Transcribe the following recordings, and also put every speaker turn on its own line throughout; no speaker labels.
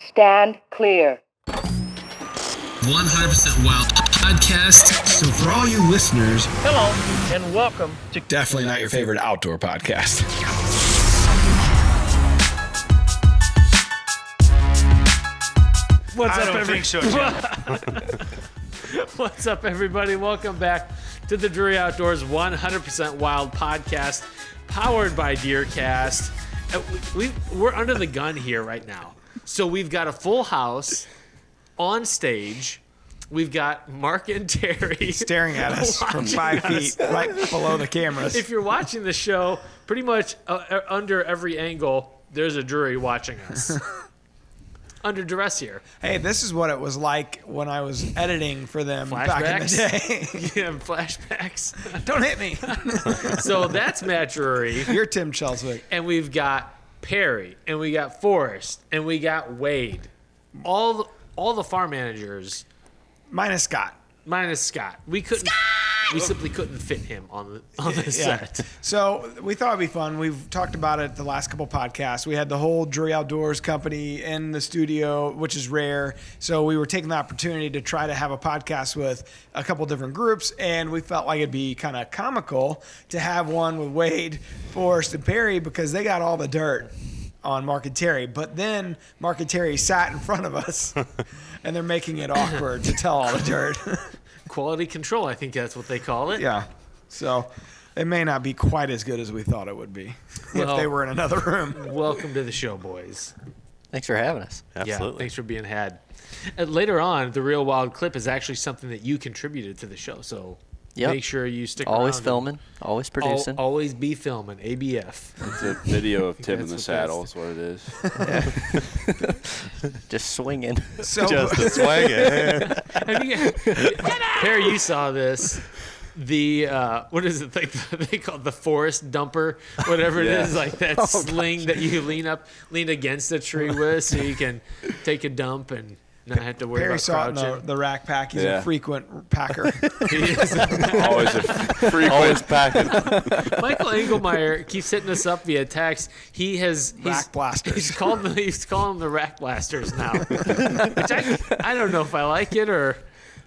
Stand clear.
100% Wild podcast. So, for all you listeners,
Hello and welcome to
definitely not your favorite outdoor podcast.
What's
I
up,
don't
every-
think so, Jeff.
What's up, everybody? Welcome back to the Drury Outdoors 100% Wild podcast, powered by DeerCast. Uh, We, we we're under the gun here right now, so we've got a full house on stage. We've got Mark and Terry
staring at us from five feet right below the cameras.
if you're watching the show, pretty much uh, uh, under every angle, there's a jury watching us. under duress here.
hey, this is what it was like when I was editing for them back in the day.
Yeah, flashbacks.
Don't hit me.
so that's Matt Drury.
You're Tim Chelswick.
And we've got Perry, and we got Forrest, and we got Wade. All the, all the farm managers
Minus Scott.
minus Scott. We couldn't we simply couldn't fit him on the on the set.
So we thought it'd be fun. We've talked about it the last couple podcasts. We had the whole Drury Outdoors company in the studio, which is rare. So we were taking the opportunity to try to have a podcast with a couple different groups, and we felt like it'd be kind of comical to have one with Wade, Forrest, and Perry because they got all the dirt on Mark and Terry. But then Mark and Terry sat in front of us, and they're making it awkward to tell all the dirt.
Quality control, I think that's what they call it.
Yeah. So it may not be quite as good as we thought it would be
Well-
if they were in another room.
Welcome to the show, boys.
Thanks for having us.
Yeah, thanks for being had. And later on, the real wild clip is actually something that you contributed to the show. So
Yep.
make sure you stick
Always
around.
filming, always
Al-
producing.
always be filming. ABF.
It's a video of Tim in the
That's what
saddle.
that's-
Is what it is.
Just swinging.
So
Have you guys- Perry, you saw this. The uh, what is it like? They call it the forest dumper, whatever it
Yeah.
is, like that
Oh,
sling that you lean up, lean against a tree with, so you can take a dump and not have to worry
Perry
about
saw it in the,
crouching.
the rack pack. He's
Yeah.
a frequent packer.
Always a frequent. packet.
Michael Engelmeyer keeps hitting us up via text. He has he's-
Rack blasters.
He's called them, he's calling them the rack blasters now, which I I don't know if I like it or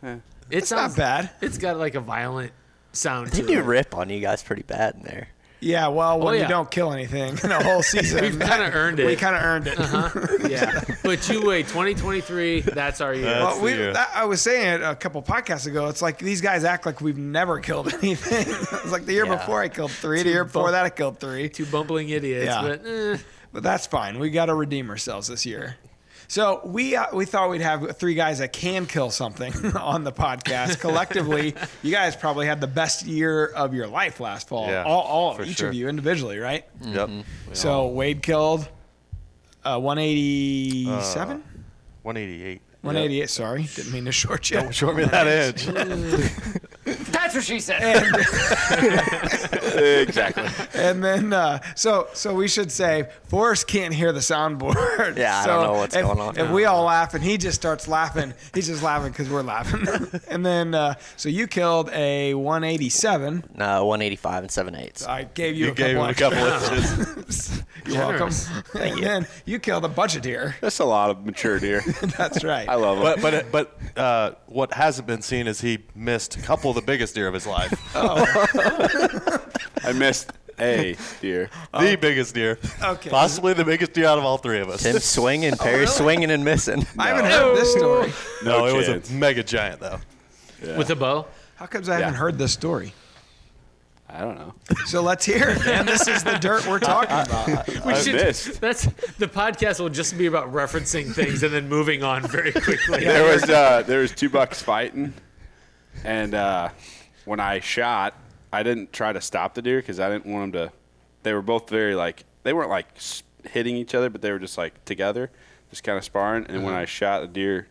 it it's
Not bad.
It's got like a violent sound
they
to
do
it.
rip on you guys pretty bad in there.
Yeah, well, when
Oh, yeah.
you don't kill anything in a whole season,
We've kinda earned it.
We kind of earned it.
Uh-huh. yeah, but you wait, 2023, that's uh, our year.
Well, we, that, I was saying it a couple podcasts ago. It's like these guys act like we've never killed anything. it's like the year
Yeah.
before I killed three, the year before that I killed three.
Two bumbling idiots,
Yeah.
but eh,
But that's fine. We got to redeem ourselves this year. So we uh, we thought we'd have three guys that can kill something on the podcast collectively. you guys probably had the best year of your life last fall.
Yeah,
all all of
for
each
sure.
of you individually, right? Mm-hmm.
Yep.
So Wade killed uh, 187,
Uh, 188.
188. Sorry, didn't mean to short you.
Short me that edge.
exactly.
And then, uh, so so we should say Forrest can't hear the soundboard.
Yeah, I
so
don't know what's
if,
going on.
If we all laugh and he just starts laughing, he's just laughing because we're laughing. and then, uh, so you killed a 187.
No, 185 and 7
Uh,
eighths.
I gave you,
You
a
gave him
couple
a
extra.
couple inches.
You're welcome. And then you killed a bunch of deer.
That's a lot of mature deer.
That's right.
I love
But
them.
but but uh, what hasn't been seen is he missed a couple of the biggest deer of his life.
I missed a deer.
the biggest deer.
Oh. Okay.
Possibly the biggest deer out of all three of us.
Tim swinging, Perry swinging and missing.
I haven't heard this story.
no,
No
it
chance.
was a mega giant though.
with a bow.
How comes I haven't
Yeah.
heard this story?
I don't know.
So let's hear it, man. This is the dirt we're talking about.
We
I missed.
That's the podcast will just be about referencing things and then moving on very quickly.
There was uh, there was two bucks fighting, and uh, when I shot, I didn't try to stop the deer because I didn't want them to. They were both very like they weren't like s- hitting each other, but they were just like together, just kind of sparring. And when I shot the deer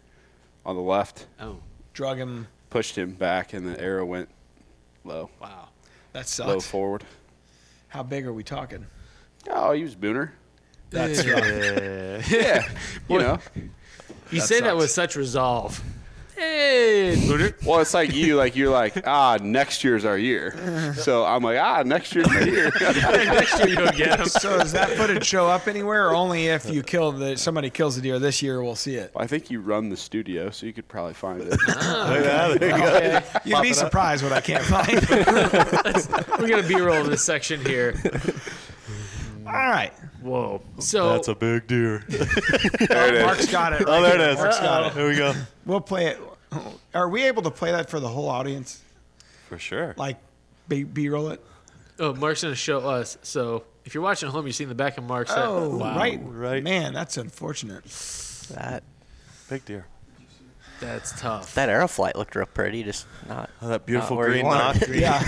on the left,
Oh
Drug him.
pushed him back, and the arrow went low,
wow,
That
low
sucks.
forward.
How big are we talking?
Oh, he was Booner.
That's right.
Yeah, you know.
you say that
sucks.
with such resolve. Hey, Luder.
Well, it's like you, like you're like, ah, next year's our year. So I'm like, ah, next year's my year.
next year you'll get him.
So does that footage show up anywhere, or only if you kill the somebody kills the deer this year? We'll see it.
I think you run the studio, so you could probably find it.
You'd be surprised what I can't find.
We're gonna B-roll this section here.
All right,
Whoa. So
That's a big deer.
There it is.
Mark's got it.
Oh,
Right.
there it is. Here we go.
We'll play it. Are we able to play that for the whole audience?
For sure.
Like, b B roll it.
oh, Mark's gonna show us. So if you're watching at home, you're seeing the back of Mark's head.
Oh,
wow.
right,
Right.
Man, that's unfortunate.
That
Big deer.
That's tough.
that arrow flight looked real pretty, just not.
Oh, that beautiful
where you
green
want
knock.
Yeah.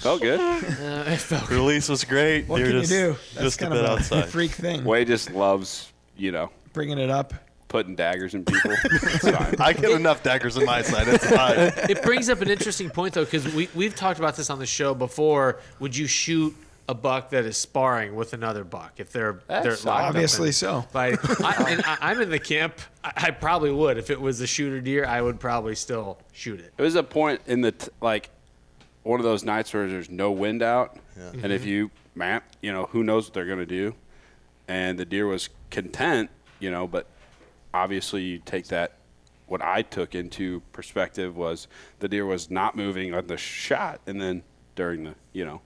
Felt good.
Uh, it felt-
Release was great.
What
deer
can
just,
you do? That's
Just a
kind
bit
of a
outside.
freak thing.
Way just loves, you know,
Bringing it up.
putting daggers in people. It's fine.
I get enough daggers in my side. It's fine.
it brings up an interesting point though, because we we've talked about this on the show before. Would you shoot a buck that is sparring with another buck if they're they're locked up
Obviously
in-
so.
By, I, and I, I'm in the camp. I, I probably would if it was a shooter deer. I would probably still shoot it.
It was a point in the t- like one of those nights where there's no wind out, and if you map, you know who knows what they're gonna do, and the deer was content, you know, but obviously you take that. What I took into perspective was the deer was not moving on the shot, and then during the you know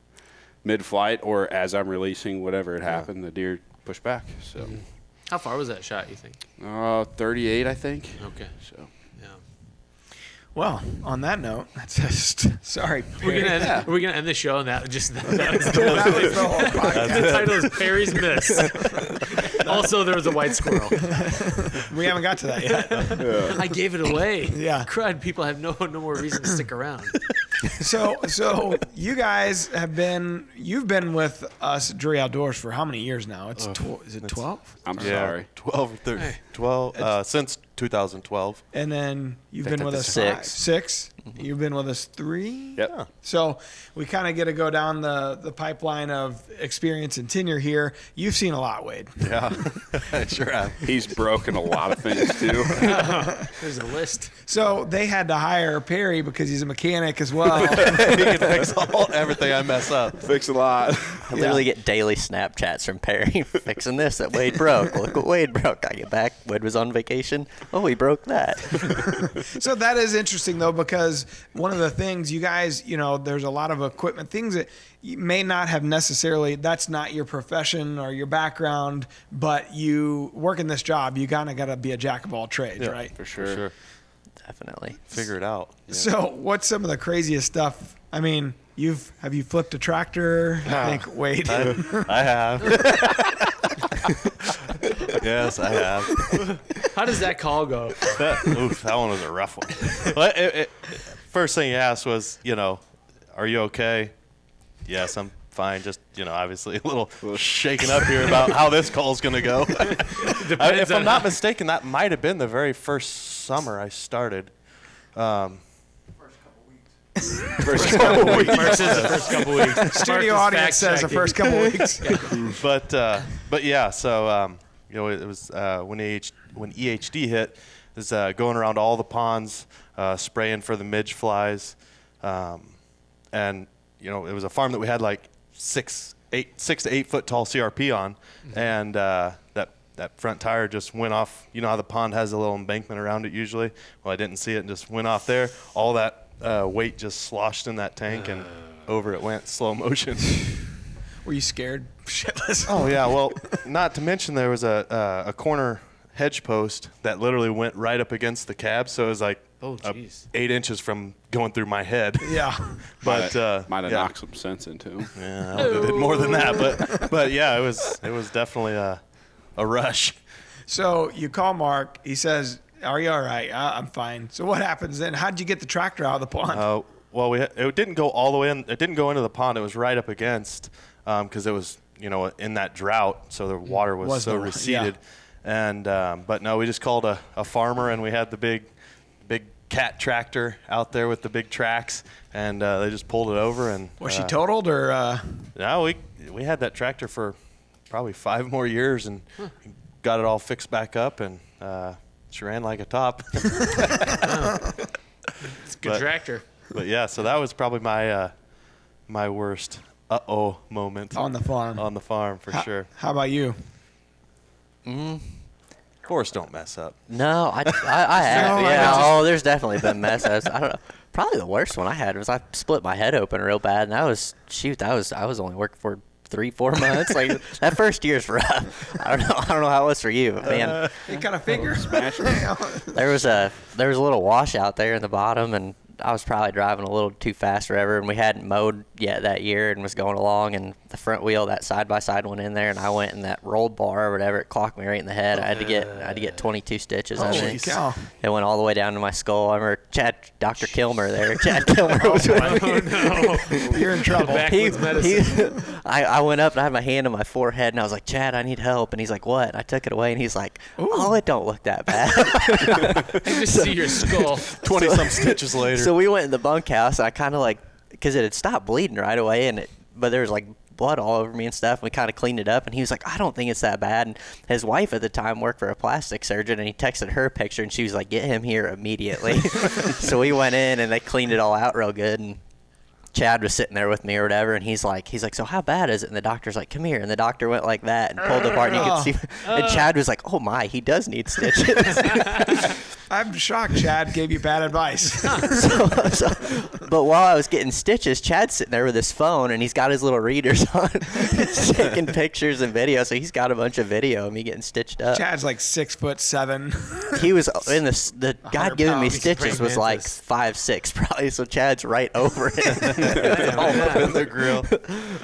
mid-flight or as I'm releasing whatever had happened, the deer pushed back. So
How far was that shot? You think?
uh, 38, I think.
Okay.
So
Yeah.
Well, on that note, that's just sorry.
We're gonna end, we're gonna end the show and that just that, was the,
That was the whole podcast.
the title is Perry's Miss. also, there was a white squirrel.
We haven't got to that yet.
I gave it away.
Yeah.
Crud. People have no no more reason to stick around.
So, so you guys have been you've been with us at Drury Outdoors for how many years now? It's tw- is it twelve?
I'm
Yeah,
sorry.
12 or 13. 12, uh, since 2012.
And then you've been with us
Six.
five- six. You've been with us three.
Yep.
So we kind of get to go down the the pipeline of experience and tenure here. You've seen a lot, Wade.
I sure have.
He's broken a lot of things too.
There's a list.
So they had to hire Perry because he's a mechanic as well.
he can fix all, everything I mess up.
Fix a lot.
I literally get daily Snapchats from Perry fixing this that Wade broke. Look what Wade broke. I get back. Wade was on vacation. Oh, he broke that.
so that is interesting though because one of the things you guys you know there's a lot of equipment things that you may not have necessarily that's not your profession or your background but you work in this job you kind of got to be a jack of all trades right
For sure.
Sure.
Definitely.
Figure it out.
so what's some of the craziest stuff i mean you've have you flipped a tractor i think wait
I, I have. yes, I have.
How does that call go?
That, oof, that one was a rough one. But it- it- first thing he asked was, you know, are you okay? Yes, I'm fine. Just, you know, obviously a little shaken up here about how this call's going to go. I-
Depends
if
on
I'm not
how-
mistaken, that might have been the very first summer I started.
Mark says the first couple weeks. Mark is
studio audience says the
fact-checking.
first couple weeks
but uh, but yeah, so um, you know, it was uh, when EH, when EHD hit, it was uh, going around all the ponds, uh, spraying for the midge flies, um, and you know, it was a farm that we had like six eight six to eight foot tall CRP on, and uh, that. That front tire just went off. You know how the pond has a little embankment around it usually. Well, I didn't see it and just went off there. All that uh, weight just sloshed in that tank and over it went, slow motion.
were you scared shitless
Oh yeah, well, not to mention there was a uh, a corner hedge post that literally went right up against the cab, so it was like
Oh,
uh,
jeez.
eight inches from going through my head.
yeah
But uh,
might have
yeah,
knocked some sense into him.
yeah, I would've did more than that, but but yeah, it was it was definitely a a rush.
So you call Mark. He says, "Are you all right? Uh, I'm fine." So what happens then? How'd you get the tractor out of the pond?
Uh, well, we, it didn't go all the way in. It didn't go into the pond. It was right up against because it was you know in that drought, so the water was,
Was
so
the-
receded. And um, but no, we just called a, a farmer, and we had the big, big cat tractor out there with the big tracks, and uh, they just pulled it over. And
was
uh,
she totaled or? Uh,
no, we we had that tractor for probably five more years, and got it all fixed back up, and uh, She ran like a top.
It's a good
But-
tractor.
but yeah, so that was probably my uh, my worst uh oh moment
on the farm.
on the farm for
How-
sure.
How about you?
Of course, don't mess up.
No, I, I, I have.
No, I
yeah.
just-
oh, there's definitely been mess ups. I don't know. Probably the worst one I had was I split my head open real bad, and I was shoot. I was I was only working for three four months. Like that first year's rough. I don't know. I don't know how it was for you, but man.
You kind of figure. oh,
there was a there was a little washout there in the bottom, and I was probably driving a little too fast or whatever, and we hadn't mowed yet that year, and was going along, and the front wheel that side by side went in there, and I went in that rolled bar or whatever, it clocked me right in the head. I had to get I had to get 22 stitches. I
Uh, Holy
think.
cow.
It went all the way down to my skull. I remember Chad, Dr. Kilmer there. Chad Kilmer was with me.
Oh no!
You're in trouble.
Back-
He,
Backwoods medicine.
he, I, I went up and I had my hand on my forehead and I was like, Chad, I need help. And he's like, what? And I took it away and he's like, oh, it don't look that bad.
I just see your skull.
Twenty some stitches later.
So we went in the bunkhouse. And I kind of like because it had stopped bleeding right away, and it but there was like blood all over me and stuff. We kind of cleaned it up, and he was like, "I don't think it's that bad." And his wife at the time worked for a plastic surgeon, and he texted her a picture, and she was like, "Get him here immediately." so we went in, and they cleaned it all out real good, and. Chad was sitting there with me or whatever, and he's like, he's like, so how bad is it? And the doctor's like, come here. And the doctor went like that and pulled apart, and you could see. And Chad was like, oh my, he does need stitches.
I'm shocked Chad gave you bad advice.
so, so, but while I was getting stitches, Chad's sitting there with his phone and he's got his little readers on, He's taking pictures and videos. So he's got a bunch of video of me getting stitched up.
Chad's like six foot seven.
He was in the the guy giving me
pounds.
stitches was
Praying
like
mantis.
five six probably. So Chad's right over him.
open the grill.
So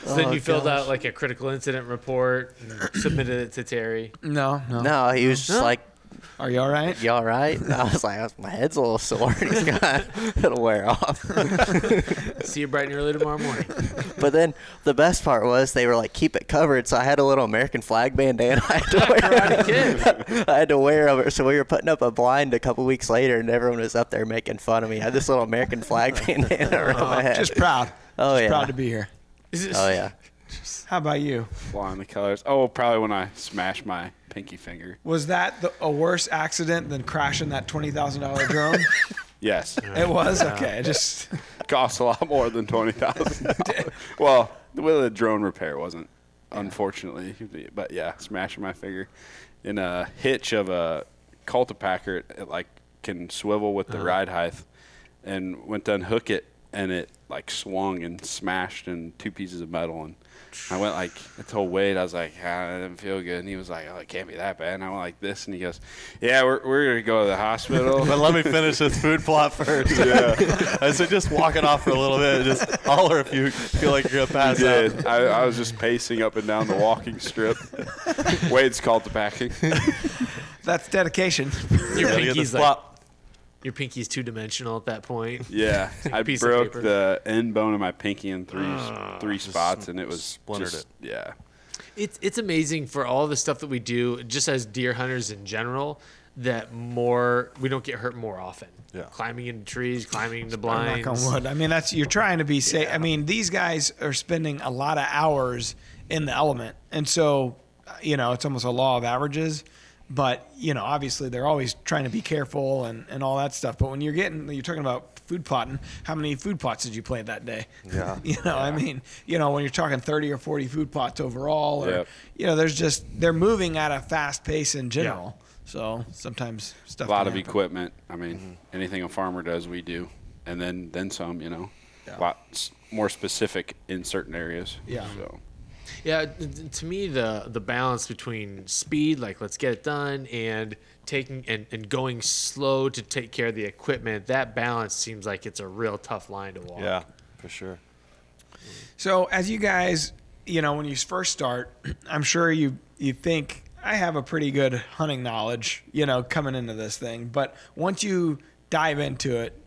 Oh,
then you filled out like a critical incident report, and submitted it to Terry.
No, no.
no, he was just like,
Are you all right?
"You all right?" And I was like, "My head's a little sore." And he's got it'll wear off.
See you bright and early tomorrow morning.
But then the best part was they were like, keep it covered. So I had a little American flag bandana I had to wear. I had to wear over. So we were putting up a blind a couple weeks later, and everyone was up there making fun of me. I had this little American flag bandana around my head.
Oh, Just proud.
Oh,
Just
yeah.
Proud to be here.
Is this-
oh yeah.
How about you?
Flying the colors. Oh, probably when I smashed my pinky finger.
Was that the, a worse accident than crashing that twenty thousand dollar drone?
Yes,
it was okay. I just
costs a lot more than twenty thousand. well, with the drone repair wasn't, unfortunately, but yeah, smashing my finger in a hitch of a cultipacker. It, it like can swivel with the
Uh-huh.
ride height, and went to unhook it, and it like swung and smashed in two pieces of metal and. I went like I told Wade I was like ah, I didn't feel good and he was like oh it can't be that bad and I went like this and he goes yeah we're, we're gonna go to the hospital
But let me finish this food plot first. Yeah. I said just walk it off for a little bit. Just holler if you feel like you're gonna
I
pass out.
did. I, I was just pacing up and down the walking strip. Wade's called to packing.
that's dedication.
Your
Gotta get this
pinky's like
plot.
your pinky's two dimensional at that point.
Yeah, I
Piece of
broke
paper. Ah,
the end bone of my pinky in three three spots, and it was
splintered
just, Yeah,
It's it's amazing for all the stuff that we do, just as deer hunters in general, that more we don't get hurt more often.
Yeah.
Climbing into trees, climbing into
Knock
blinds.
on wood. I mean, that's you're trying to be safe. I mean, these guys are spending a lot of hours in the element, and so uh, you know it's almost a law of averages. But you know, obviously they're always trying to be careful and, and all that stuff. But when you're getting, you're talking about food plotting. How many food plots did you plant that day?
Yeah.
you know, I mean, you know, when you're talking 30 or 40 food plots overall, or
Yep.
you know, there's just they're moving at a fast pace in general. So sometimes stuff.
a lot of
can happen.
equipment. I mean,
Mm-hmm.
anything a farmer does, we do, and then then some. You know, lots more specific in certain areas.
Yeah.
So
Yeah, t- t- to me the the balance between speed, like let's get it done, and taking and, and going slow to take care of the equipment, that balance seems like it's a real tough line to walk.
Yeah, for sure.
So as you guys, you know, when you first start, I'm sure you you think I have a pretty good hunting knowledge, you know, coming into this thing. But once you dive into it,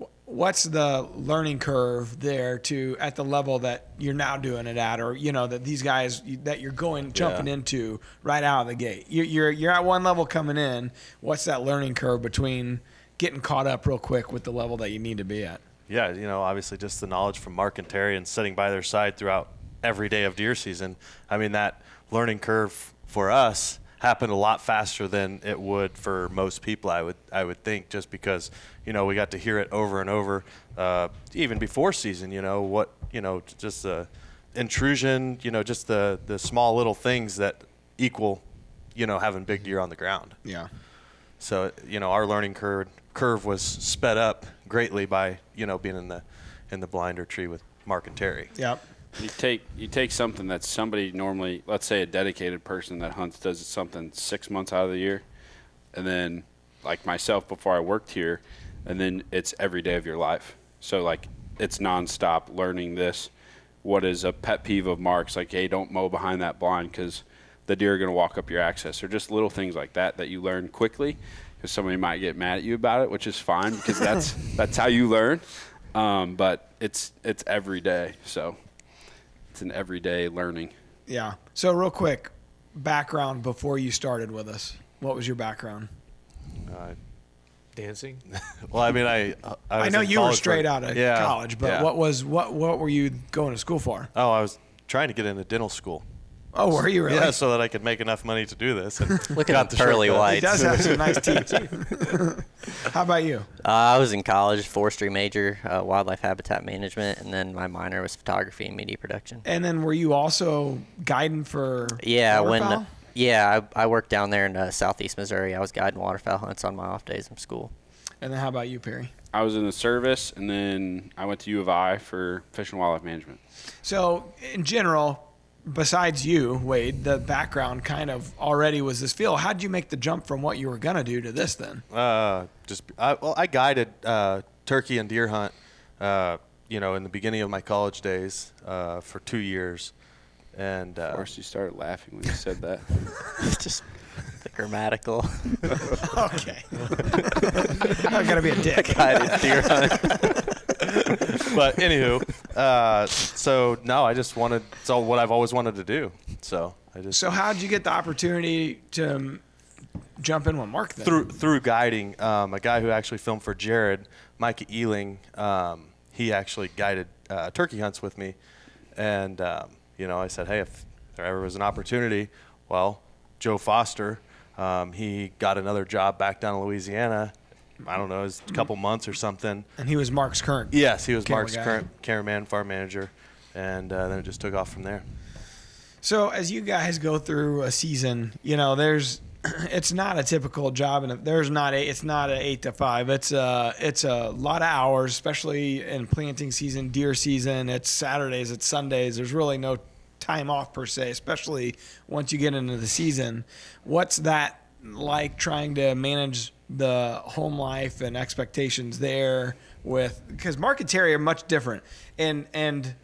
wh- what's the learning curve there to at the level that you're now doing it at, or you know that these guys you- that you're going jumping into right out of the gate? You're, you're you're at one level coming in. What's that learning curve between getting caught up real quick with the level that you need to be at?
yeah, you know, obviously just the knowledge from Mark and Terry and sitting by their side throughout every day of deer season. I mean, that learning curve for us happened a lot faster than it would for most people. I would I would think just because you know we got to hear it over and over, uh, even before season. You know what you know just the intrusion. You know just the the small little things that equal you know having big deer on the ground.
Yeah.
So you know our learning curve curve was sped up greatly by you know being in the in the blinder tree with Mark and Terry.
Yep.
You take you take something that somebody normally, let's say a dedicated person that hunts does something six months out of the year, and then like myself before I worked here, and then it's every day of your life. So like it's nonstop learning this. What is a pet peeve of Mark's? Like, hey, don't mow behind that blind because the deer are going to walk up your access, or just little things like that that you learn quickly. Because somebody might get mad at you about it, which is fine because that's that's how you learn. Um, but it's it's every day, so it's an everyday learning.
Yeah. So real quick, background before you started with us. What was your background?
Uh,
Dancing.
well, I mean, I I, was
I know
in
you were
college for-
straight out of
yeah,
college, but
yeah.
what was what what were you going to school for?
Oh, I was trying to get into dental school.
Oh, were you really?
Yeah, so that I could make enough money to do this. And
Look at
got
the
the
pearly
shortcut.
he
whites.
does have some nice teeth. too. How about you?
Uh, I was in college, forestry major, uh, wildlife habitat management, and then my minor was photography and media production.
And then were you also guiding for
Yeah, when
waterfowl?
yeah, I, I worked down there in uh, southeast Missouri. I was guiding waterfowl hunts on my off days from school.
And then how about you, Perry?
I was in the service, and then I went to U of I for fish and wildlife management.
So, in general, besides you, Wade, the background kind of already was this field. How did you make the jump from what you were gonna do to this then?
Uh, just I, well, I guided uh, turkey and deer hunt. Uh, you know, in the beginning of my college days, uh, for two years, and
Of
uh,
course, you started laughing when you said that.
It's just the grammatical
Okay, I'm gonna be a dick.
guided deer hunt.
but anywho, uh, so no, I just wanted it's all what I've always wanted to do. So I just
So, how did you get the opportunity to um, jump in with Mark then?
through through guiding um, a guy who actually filmed for Jared, Micah Ealing. Um, he actually guided uh, turkey hunts with me, and um, you know I said, hey, if there ever was an opportunity, well, Joe Foster, um, he got another job back down in Louisiana. I don't know, it was a couple months or something.
and he was Mark's current.
Yes, he was
Camera
Mark's
guy.
current cameraman, farm manager, and uh, then it just took off from there.
So as you guys go through a season, you know, there's it's not a typical job and there's not a it's not an 8 to 5. It's a it's a lot of hours, especially in planting season, deer season, it's Saturdays, it's Sundays. There's really no time off per se, especially once you get into the season. What's that like trying to manage the home life and expectations there with because Mark and Terry are much different and and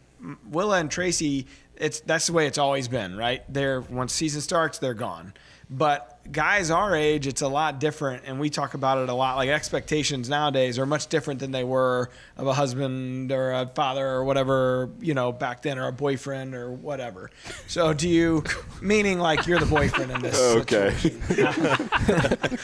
Willa and Tracy, it's that's the way it's always been, right? They're once season starts, they're gone. But guys our age, it's a lot different, and we talk about it a lot. Like expectations nowadays are much different than they were of a husband or a father or whatever you know back then, or a boyfriend or whatever. So do you, meaning like you're the boyfriend in this?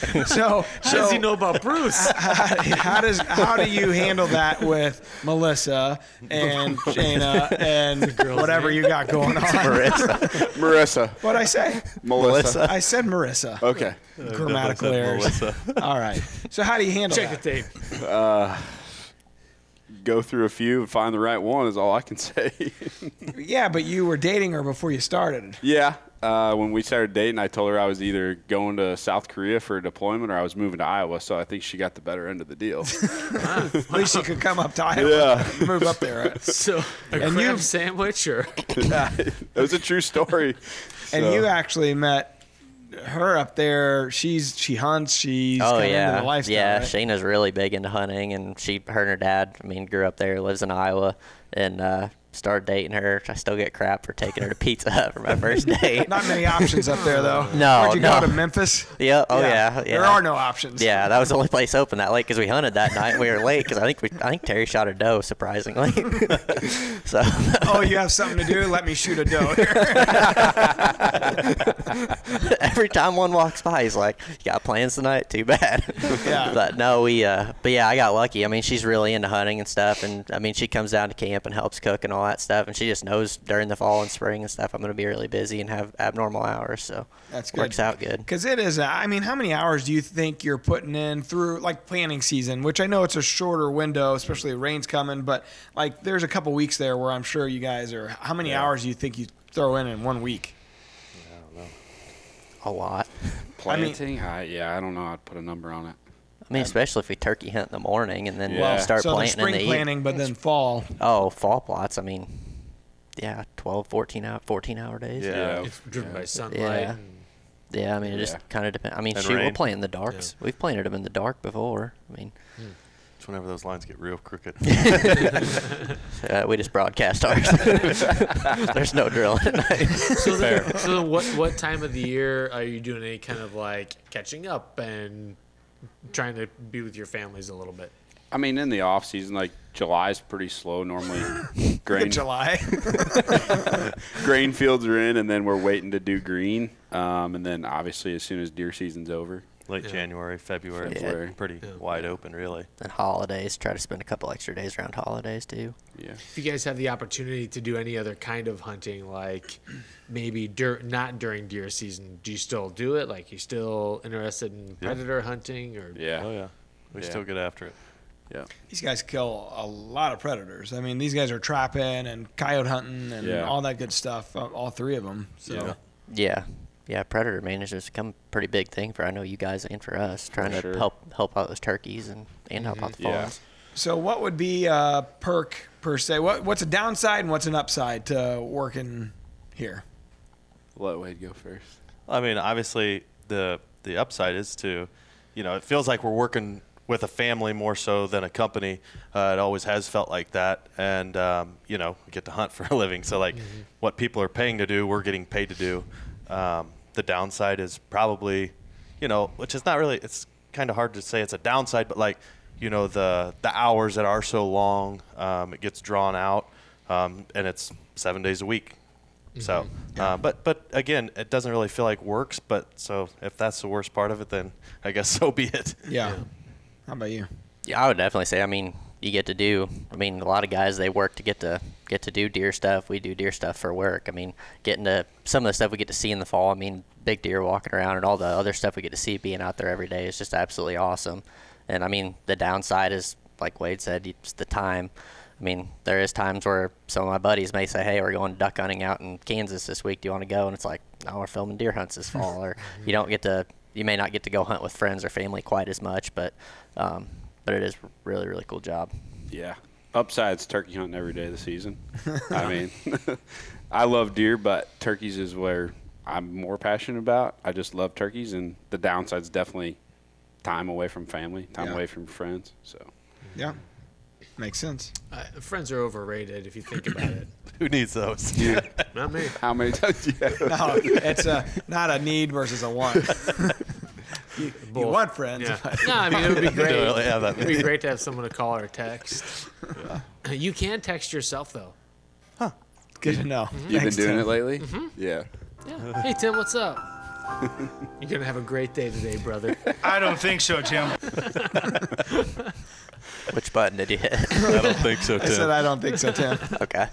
situation. So, so
Does he know about Bruce?
how, how does how do you handle that with Melissa and Shayna and whatever you got going on?
Marissa.
Marissa,
What I say?
Melissa.
I said Marissa.
Oh,
Okay.
Grammatical errors. All right. So how do you handle
Check
that?
the tape.
Go through a few and find the right one is all I can say.
Yeah, but you were dating her before you started.
yeah. Uh, when we started dating, I told her I was either going to South Korea for a deployment or I was moving to Iowa. So I think she got the better end of the deal.
At least you could come up to Iowa,
Yeah.
move up there, right?
So a
And
crab
you-
sandwich or
it was a true story.
and
So-
you actually met her up there. She's she hunts. She's
Oh
kind of into
yeah,
the lifestyle.
yeah.
right?
Shayna's really big into hunting, and she, her and her dad, I mean, grew up there, lives in Iowa, and uh, started dating her. I still get crap for taking her to Pizza Hut for my first date.
Not many options up there though.
No,
Where'd you
no.
go to Memphis?
Yeah. Oh yeah. yeah.
There are no options.
Yeah, that was the only place open that late because we hunted that night. and We were late because I think we, I think Terry shot a doe surprisingly. so
oh, you have something to do? Let me shoot a doe here.
every time one walks by, he's like, "You got plans tonight? Too bad."
Yeah.
But no, we. Uh, but yeah, I got lucky. I mean, she's really into hunting and stuff, and I mean, she comes down to camp and helps cook and all all that stuff. And she just knows during the fall and spring and stuff, I'm going to be really busy and have abnormal hours. So
That's good.
works out good.
Because it is, a- I mean, how many hours do you think you're putting in through like planning season, which I know it's a shorter window, especially rain's coming, but like there's a couple weeks there where I'm sure you guys are, how many hours do you think you throw in in one week?
A lot.
I mean-
Planting? I yeah, I don't know. I'd put a number on it.
I mean, especially if we turkey hunt in the morning and then
Yeah.
start
Um, so there's
planting in
spring
the evening.
planning, but then fall.
Oh, fall plots. I mean, yeah, 12, 14 hour, 14 hour days.
Yeah.
It's driven by sunlight.
Yeah. Yeah, I mean, it
Yeah.
just kind of depends. I mean,
And
shoot, we're
rain.
playing in the darks. We've planted them in the dark before. I mean,
It's whenever those lines get real crooked.
uh, we just broadcast ours. There's no drill at night.
So, then, so then what what time of the year are you doing any kind of like catching up and trying to be with your families a little bit?
I mean, in the off season, like July's pretty slow normally. grain
July.
grain fields are in, and then we're waiting to do green. Um, and then obviously, as soon as deer season's over,
Late January, February,
February.
pretty wide open, really.
And holidays, try to spend a couple extra days around holidays too.
yeah.
If you guys have the opportunity to do any other kind of hunting, like maybe dur- not during deer season, do you still do it? Like you still interested in predator hunting or
Yeah.
Oh yeah, we
Yeah.
still get after it.
Yeah.
these guys kill a lot of predators. I mean, these guys are trapping and coyote hunting and
Yeah.
all that good stuff, uh, all three of them. So.
Yeah.
Yeah, yeah. Predator management's become a pretty big thing for I know you guys and for Mm-hmm. us, trying to
sure.
help help out those turkeys and and help out the
Yeah.
fawns.
So, what would be a perk per se? What, what's a downside and what's an upside to working here?
Let Wade go first.
I mean, obviously the the upside is to, you know, it feels like we're working with a family more so than a company. Uh, it always has felt like that, and um, you know, we get to hunt for a living. So like, what people are paying to do, we're getting paid to do. Um, the downside is probably, you know, which is not really. It's kind of hard to say it's a downside, but like, you know, the the hours that are so long, um, it gets drawn out, um, and it's seven days a week. So, uh, but but again, it doesn't really feel like works. But so if that's the worst part of it, then I guess so be it.
Yeah. How about you?
Yeah, I would definitely say. I mean, you get to do. I mean, a lot of guys they work to get to get to do deer stuff. We do deer stuff for work. I mean, getting to some of the stuff we get to see in the fall. I mean, big deer walking around and all the other stuff we get to see being out there every day is just absolutely awesome. And I mean, the downside is like Wade said, it's the time. I mean, there is times where some of my buddies may say, "Hey, we're going duck hunting out in Kansas this week. Do you want to go?" And it's like, "No, we're filming deer hunts this fall." Or you don't get to, you may not get to go hunt with friends or family quite as much, but um, but it is a really really cool job.
Yeah. Upside's turkey hunting every day of the season. I mean, I love deer, but turkeys is where I'm more passionate about. I just love turkeys, and the downside's definitely time away from family, time
Yeah.
away from friends. So,
Yeah. Makes sense.
uh, friends are overrated if you think about it.
Who needs those?
Not me.
how many times? Yeah.
No, it's a, not a need versus a want. you, you
Both.
want friends.
Yeah.
but-
No, I mean it would be great.
Don't really have that
It'd be great to have someone to call or text. You can text yourself though.
Good to know.
You've been
Thanks,
doing
Tim.
it lately? Yeah.
Yeah. Hey Tim, what's up? You're gonna have a great day today, brother.
I don't think so, Tim.
Which button did you hit?
I don't think so,
I said
too.
I don't think so, Tim.
okay.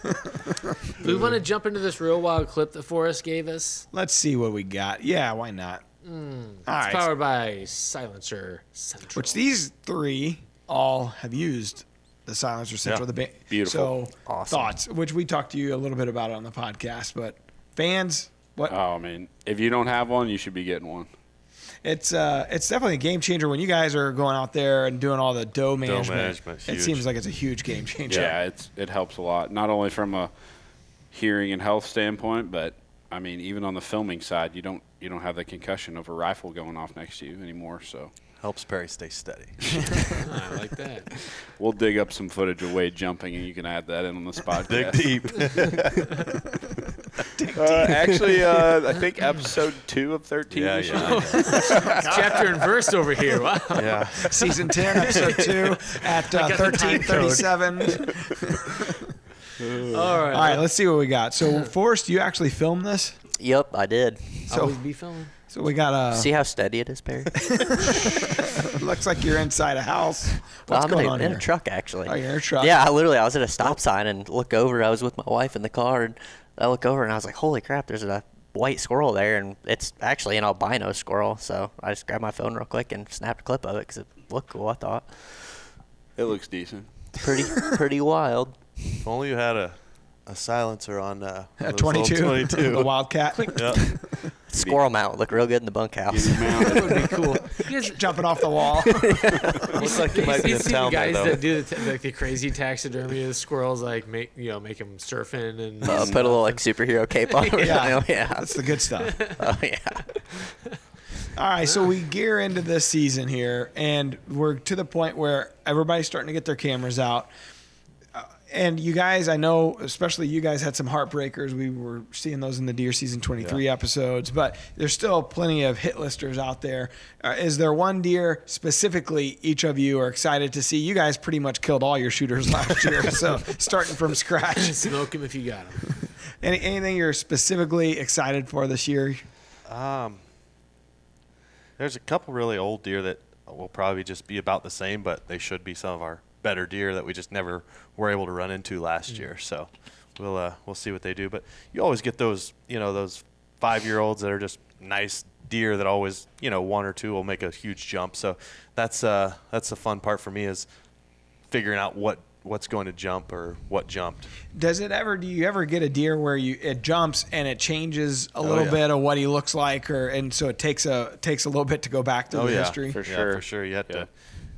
we want to jump into this real wild clip that Forrest gave us.
Let's see what we got. Yeah, why not?
Hmm.
all right.
Powered by Silencer Central.
Which these three all have used the Silencer Central. The
Yeah.
ba-
Beautiful.
So
Awesome.
thoughts, which we talked to you a little bit about on the podcast, but fans, what
Oh, man. If you don't have one, you should be getting one.
it's uh, it's definitely a game changer when you guys are going out there and doing all the dough management.
management's
it
huge.
seems like it's a huge game changer.
Yeah, it's it helps a lot, not only from a hearing and health standpoint, but I mean, even on the filming side, you don't you don't have the concussion of a rifle going off next to you anymore. So
Helps Perry stay steady.
I like that.
we'll dig up some footage of Wade jumping, and you can add that in on the spot.
Dig deep.
actually, uh, I think episode two of thirteen.
yeah,
we should-
yeah,
It's chapter and verse over here. Wow.
yeah.
Season 10, episode 2 at uh,
got the time code.
1337.
All right.
All right, let's see what we got. So, Forrest, you actually filmed this?
Yep, I did.
So,
Always be filming.
So we got a.
Oh, See how steady it is, Perry?
looks like you're inside a house. What's
I'm
going
in, a,
on
in
here?
a truck actually.
Oh, you're in a truck.
Yeah, I literally I was at a stop sign and look over. I was with my wife in the car and I look over and I was like, "Holy crap! There's a white squirrel there, and it's actually an albino squirrel." So I just grabbed my phone real quick and snapped a clip of it because it looked cool. I thought
It looks decent.
pretty pretty wild.
If only you had a, a silencer on uh,
A
those old
22.
22.
the Wildcat.
Yep.
Squirrel mount looked real good in the bunkhouse.
Get it mounted.
would be cool.
You guys-
Jumping off the wall.
Looks like you might be
you
in
see the
town there,
guys
though.
that do the, t- like the crazy taxidermy of the squirrels, like make you know make them surfing and
Uh, put a little like superhero cape on. or
Yeah.
something. yeah,
That's the good stuff.
oh yeah.
All right, so we gear into this season here, and we're to the point where everybody's starting to get their cameras out. Uh, And you guys, I know, especially you guys had some heartbreakers. We were seeing those in the Deer Season 23 episodes, but there's still plenty of hit listers out there. Uh, is there one deer specifically each of you are excited to see? You guys pretty much killed all your shooters last year, so starting from scratch.
smoke them if you got them.
Any, anything you're specifically excited for this year?
There's a couple really old deer that will probably just be about the same, but they should be some of our better deer that we just never were able to run into last year. So we'll uh, we'll see what they do. But you always get those you know those five year olds that are just nice deer that always you know one or two will make a huge jump. So that's uh that's the fun part for me is figuring out what what's going to jump or what jumped.
Does it ever? Do you ever get a deer where you it jumps and it changes a little
yeah.
bit of what he looks like, or and so it takes a takes a little bit to go back to the history.
Oh, for
Oh, Yeah,
sure.
for sure. You had
Yeah.
to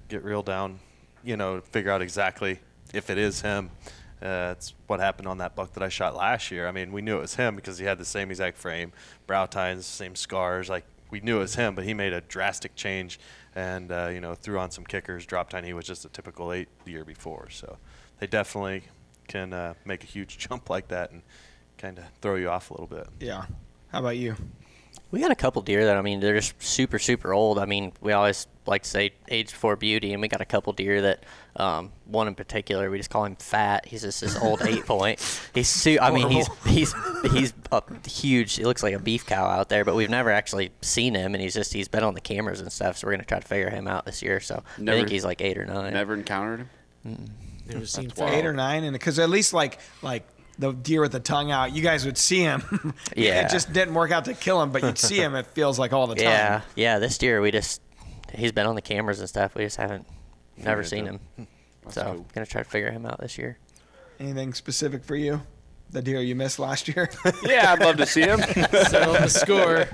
get real down, you know, figure out exactly if it is him. Uh, it's what happened on that buck that I shot last year. I mean, we knew it was him because he had the same exact frame, brow tines, same scars. Like we knew it was him, but he made a drastic change and uh, you know threw on some kickers, drop tine. He was just a typical eight the year before, so they definitely can uh, make a huge jump like that and kind of throw you off a little bit.
Yeah. How about you?
We got a couple deer that I mean they're just super super old. I mean we always like to say age before beauty, and we got a couple deer that um, one in particular we just call him fat. He's just this old eight point. He's su- I mean he's he's he's a huge. He looks like a beef cow out there, but we've never actually seen him, and he's just he's been on the cameras and stuff. So we're gonna try to figure him out this year. So I
Never-
think he's like eight or nine.
Never encountered him.
Never seen
Eight
fire.
or nine, and because at least like like the deer with the tongue out, you guys would see him.
Yeah.
It just didn't work out to kill him, but you'd see him. It feels like all the time.
Yeah, yeah. This year we just he's been on the cameras and stuff. We just haven't never seen him. So
Hmm. cool.
gonna try to figure him out this year.
Anything specific for you? The deer you missed last year.
Yeah, I'd love to see him.
Settle the score.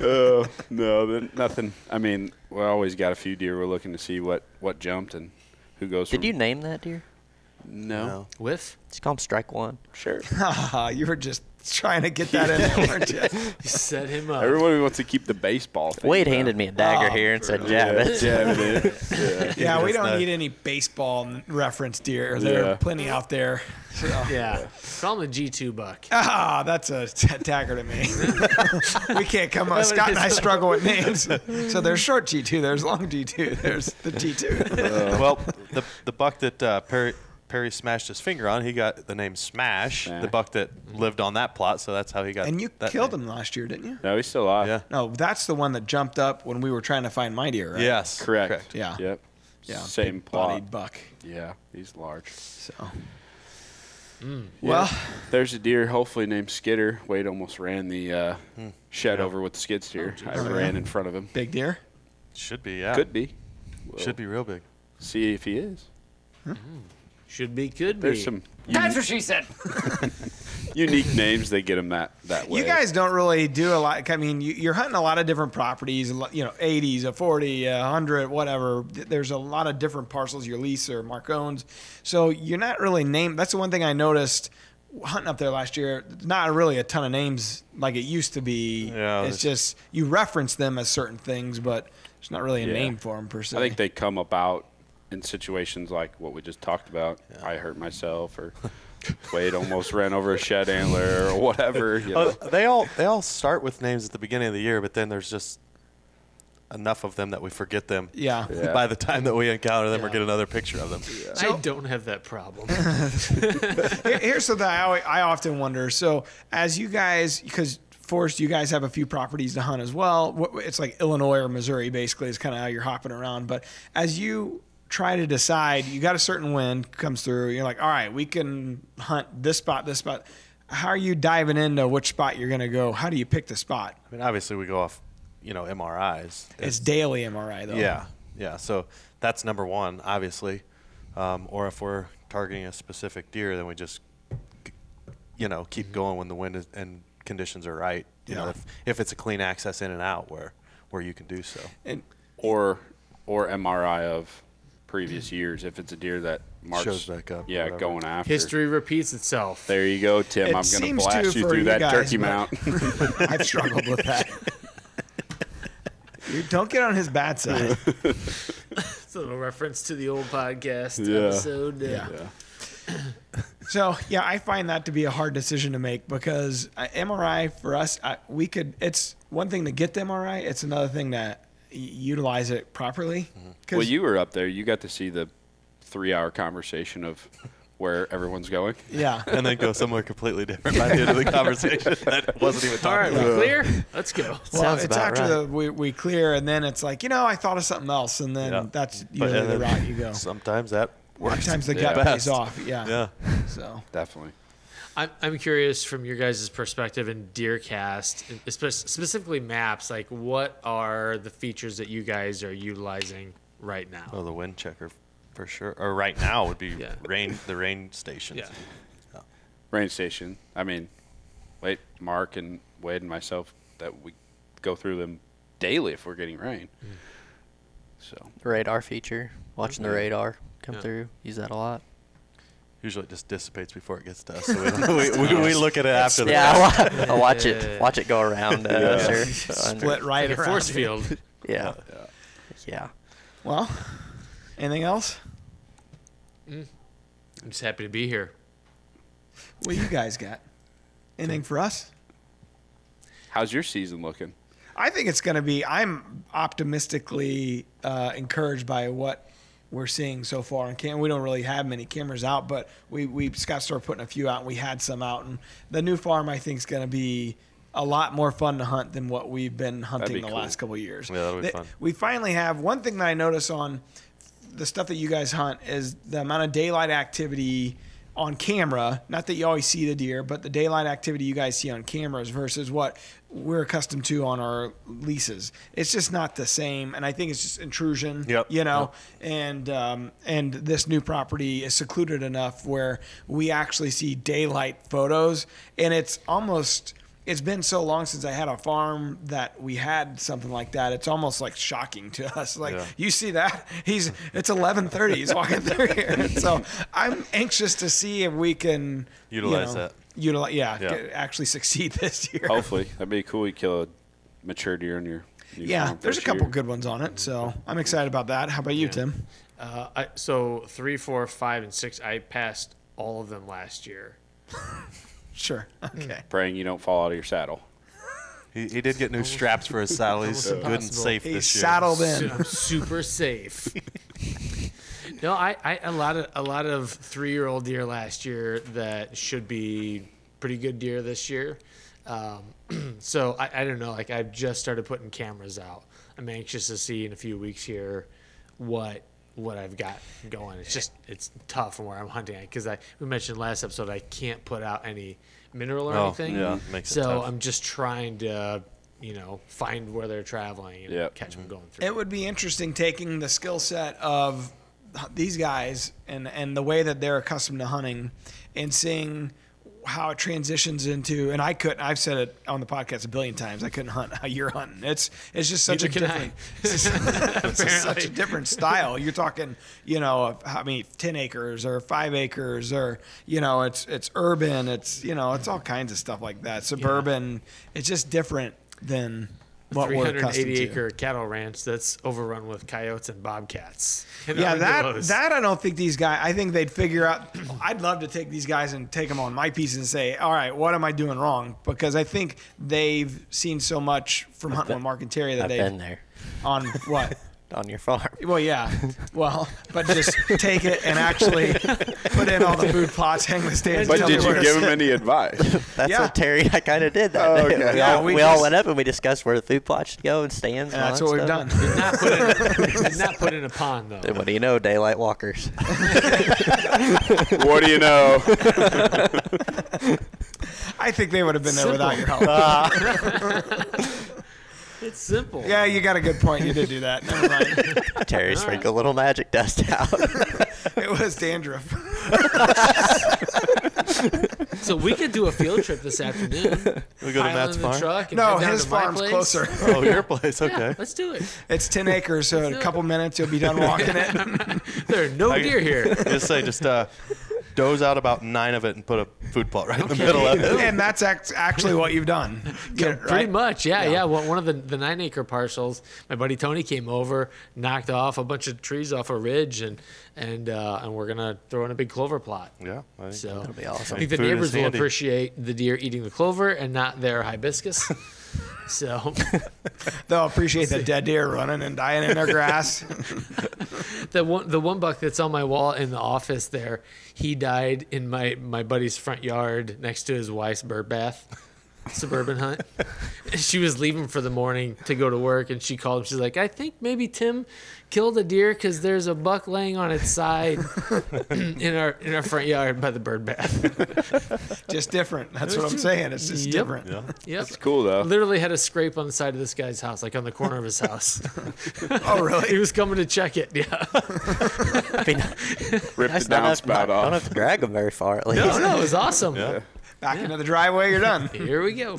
Oh.
Uh, no, then nothing. I mean, we always got a few deer. We're looking to see what what jumped and who goes.
Did
from,
you name that deer?
No,
No.
Whiff.
Just call him Strike One.
sure.
Ah, you were just trying to get that in there, weren't you?
You set him up.
Everybody wants to keep the baseball. Thing,
Wade
though.
handed me a dagger
Oh,
here and said,
Yeah,
"Yeah, that's
yeah, it is. Yeah.
Yeah, we
That's
don't
not-
need any baseball reference deer. There
Yeah.
are plenty out there. So.
Yeah. Call him a G two buck.
Ah, that's a t- tagger to me. we can't come up.
That one
Scott and I
is-
struggle with names. So there's short G2, there's long G2, there's the G2.
Uh,
well, the the buck that uh, Perry Perry smashed his finger on, he got the name Smash. The
Smash.
buck that lived on that plot, so that's how he got.
And you
that
killed
name.
him last year, didn't you?
No, he's still alive.
Yeah.
No, that's the one that jumped up when we were trying to find my deer, right?
Yes.
Correct.
Yeah.
Yep.
Yeah.
Same plot.
Bodied buck.
Yeah, he's large.
So. Well,
There's a deer, hopefully named Skidder. Wade almost ran the uh,
Hmm.
shed over with the skid steer. I ran in front of him.
big deer.
Should be. Oh, Yeah.
Could be. We'll
Should be real big.
See if he is.
Should be, could be.
There's some
That's what she said.
unique names they get him that that way.
You guys don't really do a lot. I mean, you, you're hunting a lot of different properties, a lot- you know, 80s, a 40, a 100, whatever. Th- There's a lot of different parcels, your lease or Mark owns. So you're not really named. That's the one thing I noticed hunting up there last year. Not really a ton of names like it used to be.
Yeah,
it's
there's-
just you reference them as certain things, but there's not really a
Yeah.
name for them per se.
I think they come about in situations like what we just talked about. I hurt myself, or Wade almost ran over a shed antler, or whatever. you know.
Oh, they all they all start with names at the beginning of the year, but then there's just enough of them that we forget them.
yeah.
Yeah.
By the time that we encounter them or get another picture of them.
I don't have that problem.
Here- here's something I, always, I often wonder. So, as you guys, because Forest, you guys have a few properties to hunt as well. Wh- It's like Illinois or Missouri, basically, is kind of how you're hopping around. But as you try to decide, you got a certain wind comes through. You're like, all right, we can hunt this spot, this spot. How are you diving into which spot you're going to go? How do you pick the spot?
I mean, obviously we go off, you know, MRIs.
It's daily MRI, though.
Yeah, yeah. So that's number one, obviously. Um, or if we're targeting a specific deer, then we just, c- you know, keep going when the wind is, and conditions are right. You know,
Mm-hmm. Yeah.
if, if it's a clean access in and out, where where you can do so.
And
or or MRI of previous years if it's a deer that marks
Shows back up,
Yeah,
whatever.
going after
History repeats itself.
There you go, Tim.
It
I'm gonna
seems
blast
to
you
for
through
you
that
guys,
turkey
but-
mount.
I've struggled with that. Dude, don't get on his bad side.
It's a little reference to the old podcast
Yeah.
episode.
Yeah. So yeah, I find that to be a hard decision to make because uh, MRI for us, I, we could. It's one thing to get the MRI; it's another thing to u- utilize it properly.
Mm-hmm.
'Cause-
well, you were up there. You got to see the three-hour conversation of where everyone's going.
yeah.
And then go somewhere completely different by the end of the conversation that wasn't even
All right,
talking
we
about.
clear? Let's go.
Well,
Sounds
it's
about
after
right.
the, we, we clear, and then it's like you know, I thought of something else, and then
Yeah.
that's
But-
usually
and
the
then
route you go.
Sometimes that works.
Sometimes the
Yeah.
gut
Best.
pays off. Yeah.
Yeah.
So
Definitely.
I'm, I'm curious from your guys' perspective in DeerCast, espe- specifically maps, like what are the features that you guys are utilizing right now?
Oh, the wind checker for sure. Or right now would be
Yeah.
rain. The rain stations.
Yeah.
Rain station. I mean, wait, Mark and Wade and myself that we go through them daily if we're getting rain. So
radar feature, watching the radar come
Yeah.
through, use that a lot.
Usually it just dissipates before it gets to us. So we, don't- we, we, we look at it after the
Yeah,
fact.
I wa- I watch
Yeah.
it, watch it go around. Uh,
Yeah.
sir.
split right
Like a
around.
force field.
Yeah. yeah,
Well, anything else?
I'm just happy to be here.
What you guys got? Anything for us?
how's your season looking?
I think it's going to be. I'm optimistically uh, encouraged by what we're seeing so far. And can we don't really have many cameras out, but we we Scott started putting a few out, and we had some out. And the new farm, I think, is going to be a lot more fun to hunt than what we've been hunting
be
the
cool.
last couple of years.
Yeah, that'll be
They-
fun.
We finally have one thing that I notice on the stuff that you guys hunt is the amount of daylight activity on camera. Not that you always see the deer, but the daylight activity you guys see on cameras versus what we're accustomed to on our leases. It's just not the same, and I think it's just intrusion.
Yep.
You know, and um, and this new property is secluded enough where we actually see daylight photos, and it's almost. It's been so long since I had a farm that we had something like that. It's almost like shocking to us. Like
Yeah.
you see that? He's it's 11:30. He's walking through here. so I'm anxious to see if we can you
Utilize
know,
that.
Utilize, yeah,
Yeah.
get- actually succeed this year.
Hopefully, that'd be cool. You kill a mature deer in your new
yeah,
farm
there's a
first
couple
year.
good ones on it, so I'm excited about that. How about you, Tim?
Uh, I, so three, four, five, and six, I passed all of them last year.
Sure. Okay.
Praying you don't fall out of your saddle.
He, he did get new straps for his saddle. He's
almost
good and
impossible.
safe
He's
this year.
saddled
Su-
in.
I'm super safe. no, I, I a lot of a lot of three year old deer last year that should be pretty good deer this year. Um, so I, I don't know. Like I've just started putting cameras out. I'm anxious to see in a few weeks here what what I've got going. It's just it's tough where I'm hunting because I we mentioned last episode I can't put out any mineral or
Oh,
anything.
yeah, makes it
so
tough.
I'm just trying to you know find where they're traveling and
Yep.
catch them going through.
It would be interesting taking the skill set of these guys and and the way that they're accustomed to hunting and seeing how it transitions into and I couldn't I've said it on the podcast a billion times I couldn't hunt how you're hunting it's it's just such
Neither
a
can I.
different it's just such a different style you're talking you know I mean 10 acres or 5 acres or you know it's it's urban it's you know it's all kinds of stuff like that suburban it's just different than what we're accustomed
380
to
acre cattle ranch that's overrun with coyotes and bobcats. And
Yeah, that
armadillos.
that I don't think these guys. I think they'd figure out. I'd love to take these guys and take them on my piece and say, "All right, what am I doing wrong?" Because I think they've seen so much from hunting with Mark and Terry that
I've
they
been there.
on what
on your farm.
Well, yeah. Well, but just take it and actually put in all the food plots, hang the stands.
But
tell
did
me
you
where to
give him
sit.
any advice?
That's
Yeah.
what Terry and I kind of did that
Oh,
day.
okay.
We,
Yeah,
all,
we
we all
just-
went up and we discussed where the food plots should go and stands.
And
all
that's
that
what we've
stuff.
done.
Not put in, did not put in a pond though.
And what do you know, daylight walkers?
what do you know?
I think they would have been there without your help.
It's simple.
Yeah, you got a good point. You did do that. Never mind.
Terry sprinkled a little magic dust out.
It was dandruff.
So we could do a field trip this afternoon.
We go to
Pile
Matt's
in the
farm.
truck and
No,
come down
his
to my
farm's
place.
closer.
Oh, your place. Okay.
Yeah, let's do it.
It's 10 acres, so in a couple minutes you'll be done walking it.
There are no
I-
deer here.
just say just uh, doze out about nine of it and put a food plot right in the middle of it.
And that's act- actually what you've done. Yeah,
Pretty much, yeah, yeah. Well, one of the, the nine acre parcels, my buddy Tony came over, knocked off a bunch of trees off a ridge, and and uh, and we're gonna throw in a big clover plot.
Yeah. I think-
So that'll
be awesome.
I think the
Food is
neighbors will
handy.
appreciate the deer eating the clover and not their hibiscus. so
They'll appreciate the dead deer running and dying in their grass.
the one the one buck that's on my wall in the office there, he died in my my buddy's front yard next to his wife's bird bath. Suburban hunt. And she was leaving for the morning to go to work, and she called. She's like, "I think maybe Tim killed a deer because there's a buck laying on its side in our in our front yard by the bird bath."
Just different. That's what I'm saying. It's just
Yep.
different.
Yep.
It's cool though.
Literally had a scrape on the side of this guy's house, like on the corner of his house.
Oh, really?
he was coming to check it. Yeah.
Be nice not
Rip the
have-
downspout
not- Don't have
off.
to drag them very far, at least.
No, Oh, no, it was awesome.
Back into the driveway, you're done.
Here we go.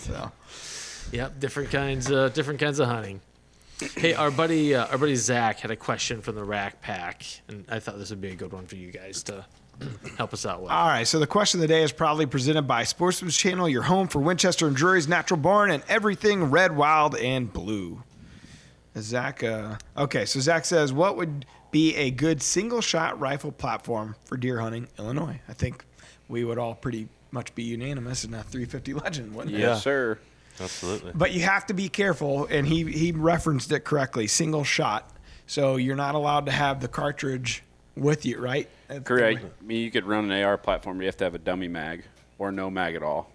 Yep, different kinds, uh, different kinds of hunting. Hey, our buddy, uh, our buddy Zach had a question from the Rack Pack, and I thought this would be a good one for you guys to help us out with.
All right, so the question of the day is probably presented by Sportsman's Channel, your home for Winchester and Drury's Natural Barn and everything red, wild, and blue. Zach, uh, okay, so Zach says, what would be a good single shot rifle platform for deer hunting Illinois? I think we would all pretty much be unanimous in a 350 legend, wouldn't it?
Yes, sir.
Absolutely.
But you have to be careful, and he, he referenced it correctly single shot. So you're not allowed to have the cartridge with you, right?
Correct. I mean, you could run an AR platform. but You have to have a dummy mag or no mag at all.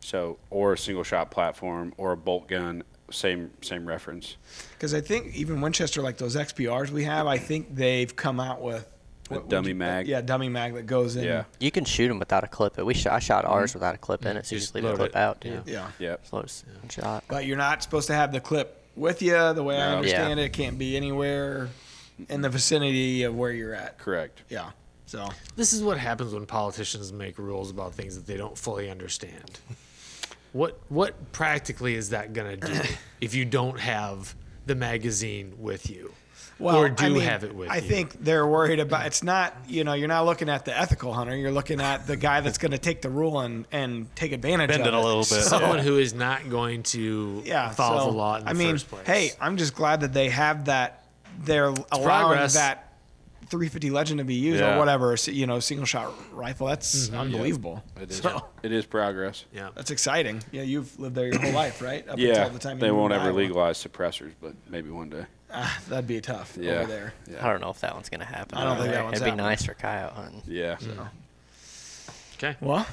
So, or a single shot platform or a bolt gun. Same same reference.
Because I think even Winchester, like those XPRs we have, I think they've come out with
A
what would
dummy
you-
mag.
Yeah, dummy mag that goes in.
Yeah.
You can shoot them without a clip. It. We shot, I shot ours without a clip in it, so you
Just
just leave the
load
clip
it.
out. Yeah.
Yeah.
Yep.
Just load it and shot.
But you're not supposed to have the clip with you. The way I
No.
understand
Yeah.
it, it can't be anywhere in the vicinity of where you're at.
Correct.
Yeah. So
This is what happens when politicians make rules about things that they don't fully understand. What what practically is that going to do if you don't have the magazine with you?
well,
or do
I mean,
have it with
I
you?
think they're worried about. It's not you know you're not looking at the ethical hunter. You're looking at the guy that's going to take the rule and and take advantage
Bend
of
it a little bit.
someone who is not going to
yeah,
follow
so,
the law in the
I mean,
first place.
hey, I'm just glad that they have that. They're allowing
progress.
that 350 Legend to be used
Yeah.
or whatever. s- You know, single shot rifle. That's unbelievable.
Mm-hmm. It is.
So-
It is progress.
yeah.
That's exciting. Yeah, you've lived there your whole life, right? Up
Yeah.
until the time you
They
moved
won't
to
ever
Iowa.
legalize suppressors, but maybe one day.
Ah, that'd be tough
Yeah.
over there.
I don't know if that one's gonna happen.
I don't think that
Alright,
one's
It'd be
happening.
nice for coyote hunting.
Yeah.
Okay.
Well,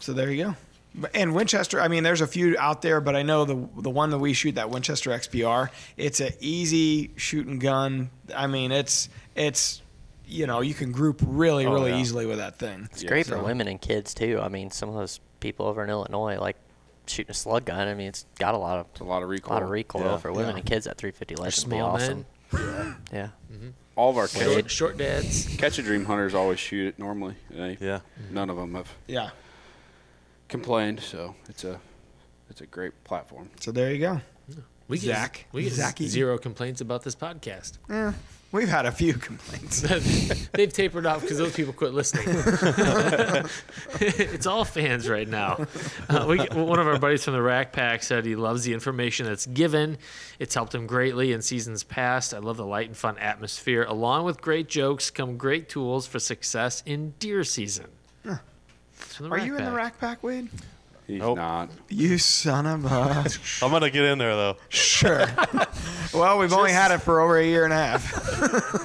so there you go. But- And Winchester, I mean, there's a few out there, but I know the the one that we shoot, that Winchester XPR, it's an easy shooting gun. I mean, it's it's you know you can group really really
yeah.
easily with that thing.
It's great for women and kids too. I mean, some of those people over in Illinois like shooting a slug gun. I mean, it's got a lot of
a lot of recoil.
lot of recoil
Yeah.
for women and kids. That 350 legend would be
small
awesome. Yeah.
All of our catch,
Short, short dads.
catch a dream hunters always shoot it normally. and they-
Yeah.
None of them have
Yeah.
complained, so it's a it's a great platform.
So there you go.
We get,
Zach.
We get
Zachy.
zero complaints about this podcast.
We've had a few complaints.
They've tapered off because those people quit listening. it's all fans right now. Uh, we, one of our buddies from the Rack Pack said he loves the information that's given. It's helped him greatly in seasons past. I love the light and fun atmosphere. Along with great jokes come great tools for success in deer season. It's from the
Are you in the
Pack.
rack pack, Wade?
He's
Nope.
not.
You son of a.
I'm gonna get in there though.
sure. well, we've only had it for over a year and a half.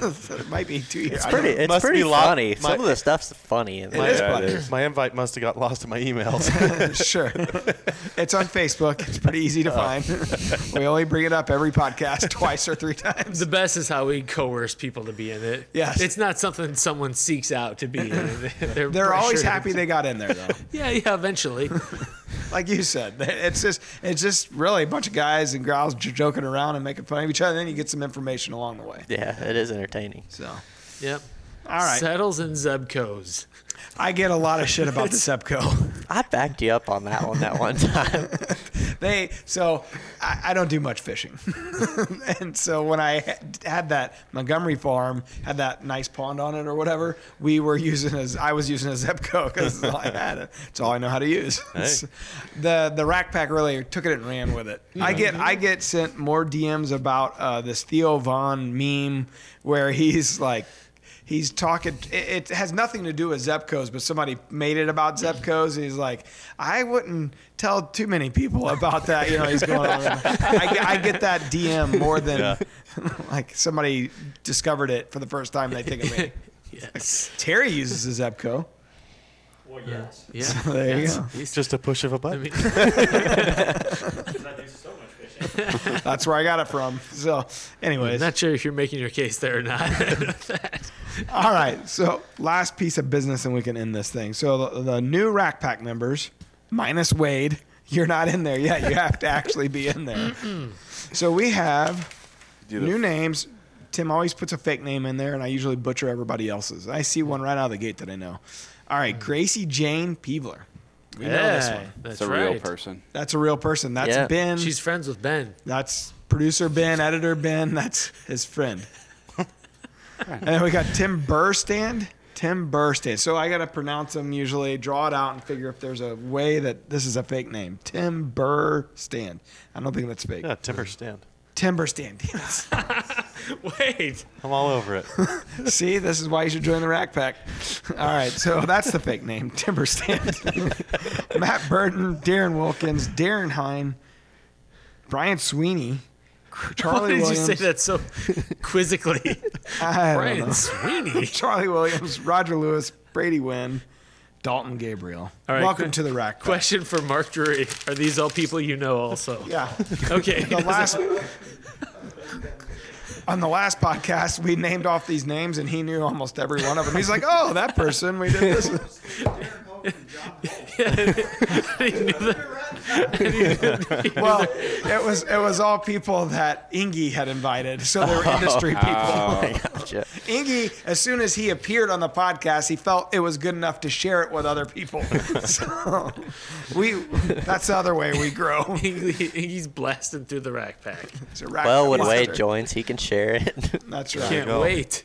so it might be two years.
It's pretty. It's
Must
pretty
be lot-
funny.
my-
Some of the stuff's funny. In
It
there.
is
Yeah,
funny.
it is.
My invite must have got lost in my emails.
sure. It's on Facebook. It's pretty easy to find. we only bring it up every podcast twice or three times.
The best is how we coerce people to be in it.
Yes.
It's not something someone seeks out to be in. They're,
They're always
pressured.
happy they got in there, though.
Yeah, yeah, eventually.
like you said, it's just it's just really a bunch of guys and girls j- joking around and making fun of each other. And then you get some information along the way.
Yeah, it is entertaining.
So, all
Yep.
right,
Settles and Zebcos.
I get a lot of shit about the Sepco.
I backed you up on that one that one time.
they so I, I don't do much fishing and so when i had- had that montgomery farm had that nice pond on it or whatever we were using as i was using a zepco because it's all i had it's all i know how to use the the rack pack really took it and ran with it i get i get sent more dms about uh, this theo vaughn meme where he's like he's talking. It, it has nothing to do with Zepcos, but somebody made it about Zepcos, and he's like, I wouldn't tell too many people about that. You know, he's going. on. I, get- I get that DM more than like somebody discovered it for the first time. They think of me.
Yes.
Terry uses a Zepco.
Yeah.
There you go.
He's
Just a push of a button.
That's where I got it from. So, anyways,
not sure if you're making your case there or not.
all right. So, last piece of business, and we can end this thing. So, the, the new Rack Pack members, minus Wade, you're not in there yet. You have to actually be in there. so, we have
Do the-
New names. Tim always puts a fake name in there, and I usually butcher everybody else's. I see one right out of the gate that I know. All right, Gracie Jane Peebler. We know this
Yeah,
one.
That's
it's a
right.
real person.
That's a real person. That's
Yeah.
Ben.
She's friends with Ben.
that's producer Ben, editor Ben. That's his friend. and then we got Tim Burstand. Tim Burstand. So I got to pronounce him usually, draw it out, and figure if there's a way that this is a fake name. Tim Burstand. I don't think that's fake.
Yeah, timber stand.
Tim Burstand.
Wait.
I'm all over it.
See, this is why you should join the Rack Pack. All right, so that's the fake name, Timber Stand. Matt Burton, Darren Wilkins, Darren Hine, Brian Sweeney,
Why
Charlie
did
Williams.
you say that so quizzically?
I don't know.
Brian Sweeney.
Charlie Williams, Roger Lewis, Brady Wynn, Dalton Gabriel.
All right,
Welcome
qu-
to the Rack Pack.
Question for Mark Drury. Are these all people you know also?
Yeah.
Okay.
The last. On the last podcast, we named off these names, and he knew almost every one of them. He's like, "Oh, that person, we did this."
He knew that-
Well, it was it was all people that Ingy had invited, so they were
Oh,
industry people.
Gotcha.
Ingy, as soon as he appeared on the podcast, he felt it was good enough to share it with other people. so we that's the other way we grow.
He's blasting through the rack pack.
It's a rack
Well,
of
when
leather.
Wade joins, he can share it.
that's right.
Can't
go.
wait.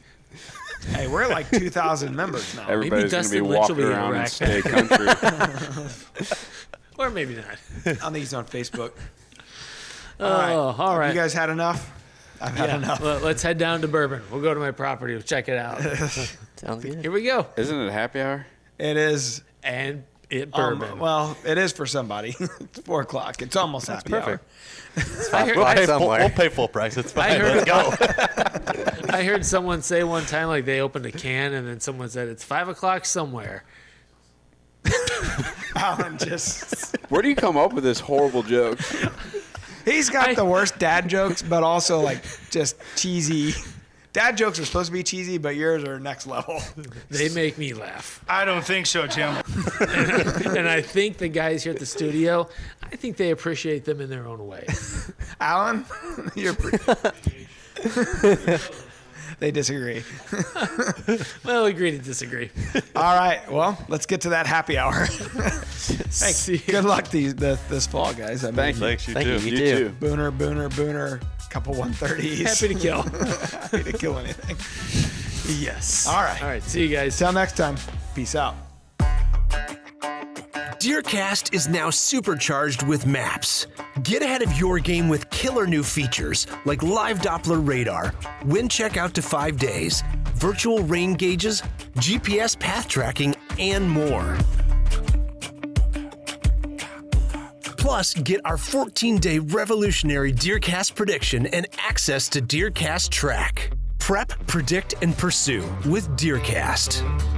Hey, we're like two thousand members now.
Everybody's going to be
Dustin Lynch will
walking
be in
around in
Iraq.
state country.
Or maybe not.
I think he's on Facebook.
Oh, all right.
You guys had enough. I've had
Yeah,
enough.
well, let's head down to Bourbon. We'll go to my property. We'll check it out.
Sounds good.
Here we go.
Isn't it happy hour?
It is.
And it
Um,
Bourbon.
well, it is for somebody. it's four o'clock. It's almost happy hour.
perfect.
I
heard-
heard,
Hey, full-
somewhere.
we'll pay full price. It's fine.
I heard,
go.
I heard someone say one time, like they opened a can, and then someone said it's five o'clock somewhere.
Alan just.
Where do you come up with this horrible joke?
He's got
I-
the worst dad jokes, but also like just cheesy. Dad jokes are supposed to be cheesy, but yours are next level.
They make me laugh,
I don't think so, Jim.
and I think the guys here at the studio, I think they appreciate them in their own way.
Alan, you're. Pre- they disagree.
Well, agree to disagree.
All right, well, let's get to that happy hour.
See-
Good luck these, this, this fall, guys. I mean,
Thank you.
Thanks, you
Thank
too.
you. You too.
Booner, Booner, Booner, couple 130s.
Happy to kill.
happy to kill anything.
yes.
All right.
All right. See you guys.
Till next time, peace out.
Deercast is now supercharged with maps. Get ahead of your game with killer new features like live Doppler radar, wind check out to five days, virtual rain gauges, GPS path tracking, and more. Plus, get our 14 day revolutionary Deercast prediction and access to Deercast Track. Prep, predict, and pursue with Deercast.